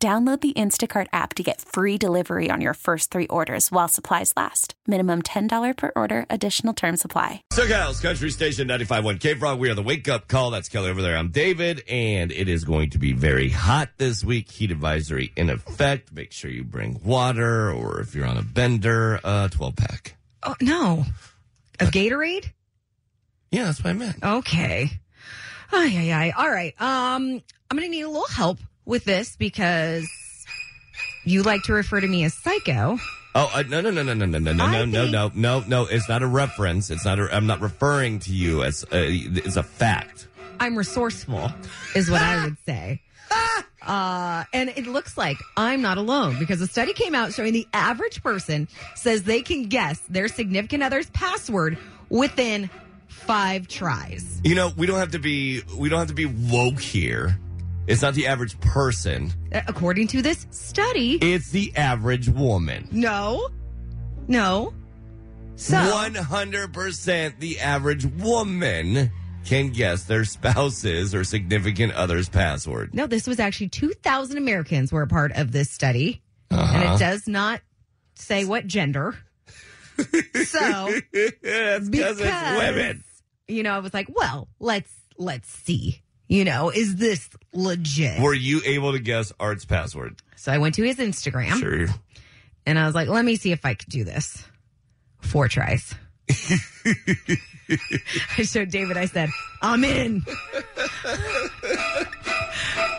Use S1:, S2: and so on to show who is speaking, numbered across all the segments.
S1: Download the Instacart app to get free delivery on your first three orders while supplies last. Minimum $10 per order, additional term supply.
S2: Circle's Country Station 95.1 K Frog. We are the wake up call. That's Kelly over there. I'm David, and it is going to be very hot this week. Heat advisory in effect. Make sure you bring water, or if you're on a bender, a 12 pack.
S3: Oh no, of Gatorade.
S2: Yeah, that's what I meant.
S3: Okay. Oh yeah, yeah. All right. Um, I'm gonna need a little help with this because you like to refer to me as psycho.
S2: Oh uh, no no no no no no no no
S3: I
S2: no no
S3: think-
S2: no no no! It's not a reference. It's not. A, I'm not referring to you as. A, it's a fact.
S3: I'm resourceful, is what I would say. Uh, and it looks like I'm not alone because a study came out showing the average person says they can guess their significant other's password within five tries.
S2: You know, we don't have to be. We don't have to be woke here. It's not the average person.
S3: Uh, According to this study,
S2: It's the average woman.
S3: no, no. So,
S2: One hundred percent, the average woman can guess their spouse's or significant other's password.
S3: no, this was actually 2,000 Americans were a part of this study, and
S2: Uh-huh.
S3: it does not say what gender. so,
S2: That's because it's women.
S3: You know, I was like, well, let's let's see. You know, is this legit?
S2: Were you able to guess Art's password?
S3: so I went to his Instagram
S2: Sure.
S3: and I was like, let me see if I could do this. Four tries. I showed David. I said, I'm in.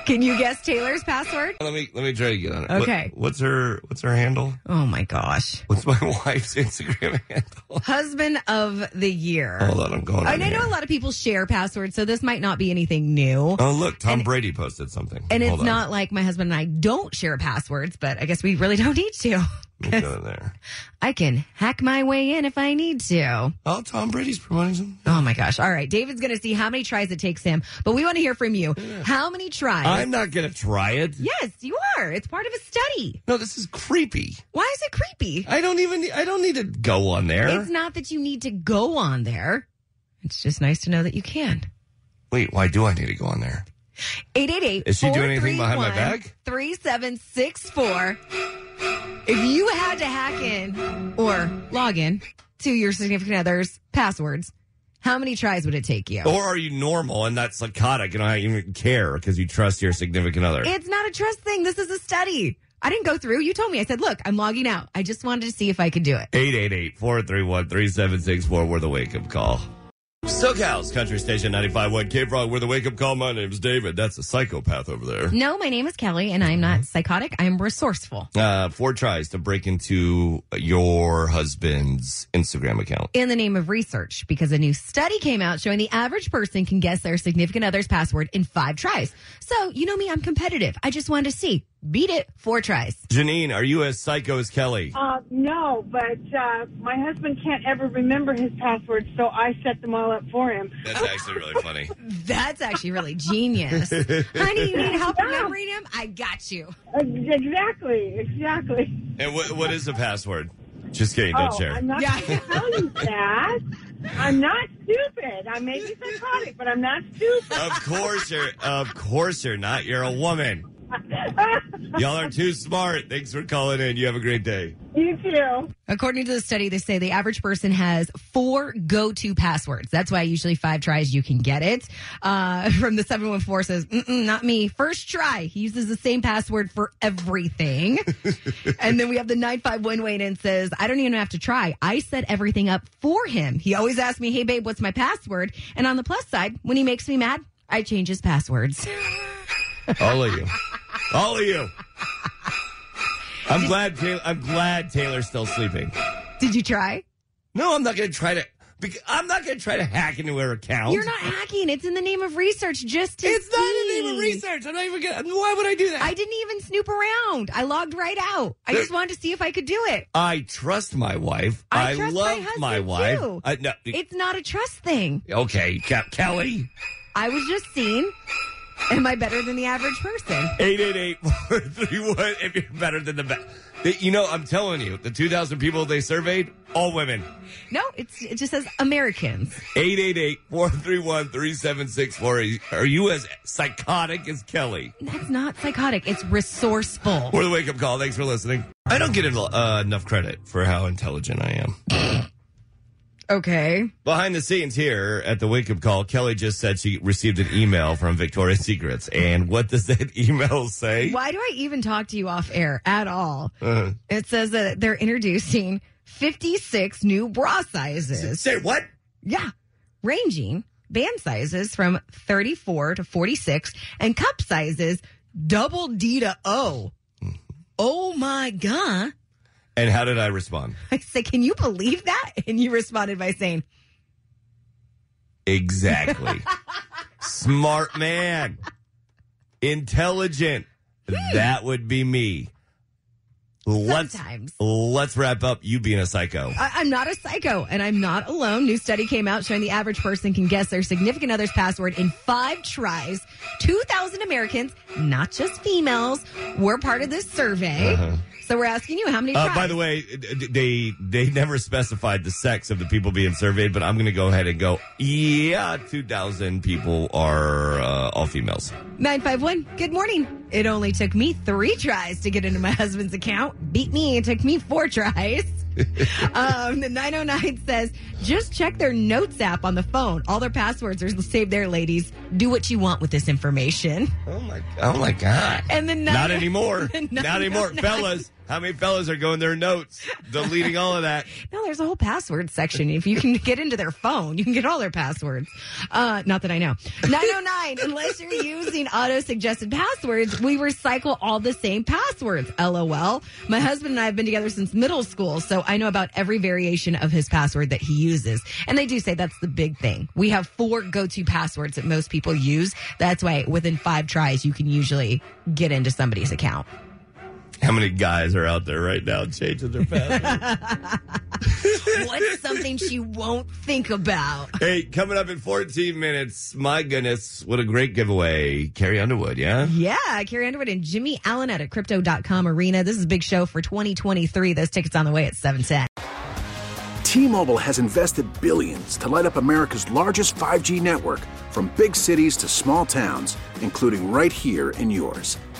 S3: Can you guess Taylor's password?
S2: Let me let me try to get on it. What-
S3: Okay.
S2: what's her What's her handle?
S3: Oh my gosh,
S2: What's my wife's Instagram handle?
S3: husband of the year.
S2: Hold on, I'm going.
S3: I
S2: on
S3: know
S2: here.
S3: a lot of people share passwords, so this might not be anything new.
S2: Oh look, Tom Brady posted something.
S3: And it's
S2: Hold on.
S3: not like my husband and I don't share passwords, but I guess we really don't need to.
S2: Let me go in there.
S3: I can hack my way in if I need to.
S2: Oh, Tom Brady's promoting some.
S3: Oh my gosh. All right. David's going to see how many tries it takes him, but we want to hear from you. How many tries?
S2: I'm not gonna try it.
S3: yes, you are. It's part of a study.
S2: No, this is creepy.
S3: Why is it creepy?
S2: I don't even. I don't need to go on there.
S3: It's not that you need to go on there. It's just nice to know that you can.
S2: Wait, why do I need to go on there?
S3: 888
S2: Is she doing anything behind my back?
S3: 3764. If you had to hack in or log in to your significant other's passwords, how many tries would it take you?
S2: Or are you normal and not psychotic and I don't even care because you trust your significant other?
S3: It's not a trust thing. This is a study. I didn't go through. You told me. I said, look, I'm logging out. I just wanted to see if I could do it.
S2: 888-431-3764. We're the wake-up call. SoCal's Country Station 95.1 K-Frog. We're the wake-up call. My name's David. That's a psychopath over there.
S3: No, my name is Kelly, and I'm not psychotic. I'm resourceful.
S2: Uh, four tries to break into your husband's Instagram account.
S3: In the name of research, because a new study came out showing the average person can guess their significant other's password in five tries. So, you know me, I'm competitive. I just wanted to see. Beat it, four tries.
S2: Janine, are you as psycho as Kelly?
S4: Uh, no, but uh, my husband can't ever remember his passwords, so I set them all up for him.
S2: That's actually really funny.
S3: That's actually really genius. Honey, you need help remembering him? I got you.
S4: Ex- Uh, Exactly, exactly.
S2: And what, what is the password? Just kidding.
S4: Oh,
S2: Don't share.
S4: I'm not
S3: Yeah.
S4: going to tell you that. I'm not stupid. I may be psychotic, but I'm not stupid.
S2: Of course you're. Of course you're not. You're a woman. Y'all are too smart. Thanks for calling in. You have a great day.
S4: you too.
S3: According to the study, they say the average person has four go-to passwords. That's why usually five tries you can get it. Uh, from the 714 says, Mm-mm, not me. First try. He uses the same password for everything. and then we have the 951 Wayne and says, I don't even have to try. I set everything up for him. He always asks me, hey, babe, what's my password? And on the plus side, when he makes me mad, I change his passwords.
S2: All of you. All of you. I'm glad. Taylor, I'm glad Taylor's still sleeping.
S3: Did you try?
S2: No, I'm not going to try to. Because I'm not going to try to hack into her account.
S3: You're not hacking. It's in the name of research. Just to
S2: It's not in the name of
S3: see.
S2: research. I'm not even going. to Why would I do that?
S3: I didn't even snoop around. I logged right out. I just wanted to see if I could do it.
S2: I trust my wife.
S3: I
S2: I,
S3: trust my
S2: love
S3: husband,
S2: my wife.
S3: too.
S2: I, no,
S3: It's not a trust thing.
S2: okay, Ke- Kelly.
S3: I was just seeing. Am I better than the average person?
S2: 888-431 if you're better than the best. You know, I'm telling you, the 2,000 people they surveyed, all women.
S3: No, it's it just says Americans.
S2: 888-431-3764. Are you as psychotic as Kelly?
S3: That's not psychotic. It's resourceful.
S2: We're the wake-up call. Thanks for listening. I don't get en- uh, enough credit for how intelligent I am.
S3: Okay.
S2: Behind the scenes here at the wake up call, Kelly just said she received an email from Victoria's Secrets. And what does that email say?
S3: Why do I even talk to you off air at all?
S2: Uh,
S3: It says that they're introducing 56 new bra sizes.
S2: say what?
S3: Yeah. Ranging band sizes from 34 to 46 and cup sizes double D to O.
S2: Mm-hmm.
S3: Oh my God.
S2: And how did I respond?
S3: I said, can you believe that? And you responded by saying,
S2: Exactly. Smart man. Intelligent. That would be me. Let's
S3: sometimes.
S2: let's wrap up you being a psycho.
S3: I- I'm not a psycho and I'm not alone. New study came out showing the average person can guess their significant other's password in five tries. 2,000 Americans, not just females, were part of this survey. So we're asking you how many
S2: Uh-huh. Uh,
S3: tries.
S2: by the way, d- d- they they never specified the sex of the people being surveyed, but I'm going to go ahead and go. Yeah, two thousand people are uh, all females.
S3: 951, good morning. It only took me three tries to get into my husband's account. Beat me, it took me four tries. um, the 909 says, just check their notes app on the phone. All their passwords are saved there, ladies. Do what you want with this information.
S2: Oh my! Oh my God!
S3: And the nine-
S2: Not anymore.
S3: the
S2: Not
S3: 909
S2: anymore, fellas. How many fellas are going their notes, deleting all of that?
S3: No, there's a whole password section. If you can get into their phone, you can get all their passwords. Uh, not that I know. 909, unless you're using auto suggested passwords, we recycle all the same passwords. LOL. My husband and I have been together since middle school, so I know about every variation of his password that he uses. And they do say that's the big thing. We have four go to passwords that most people use. That's why within five tries, you can usually get into somebody's account.
S2: How many guys are out there right now changing their password?
S3: What's something she won't think about?
S2: hey, coming up in 14 minutes. My goodness, what a great giveaway. Carrie Underwood, yeah?
S3: Yeah, Carrie Underwood and Jimmy Allen out at crypto.com arena. This is a big show for 2023. Those tickets on the way at 710.
S5: T-Mobile has invested billions to light up America's largest 5G network from big cities to small towns, including right here in yours.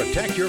S6: Protect your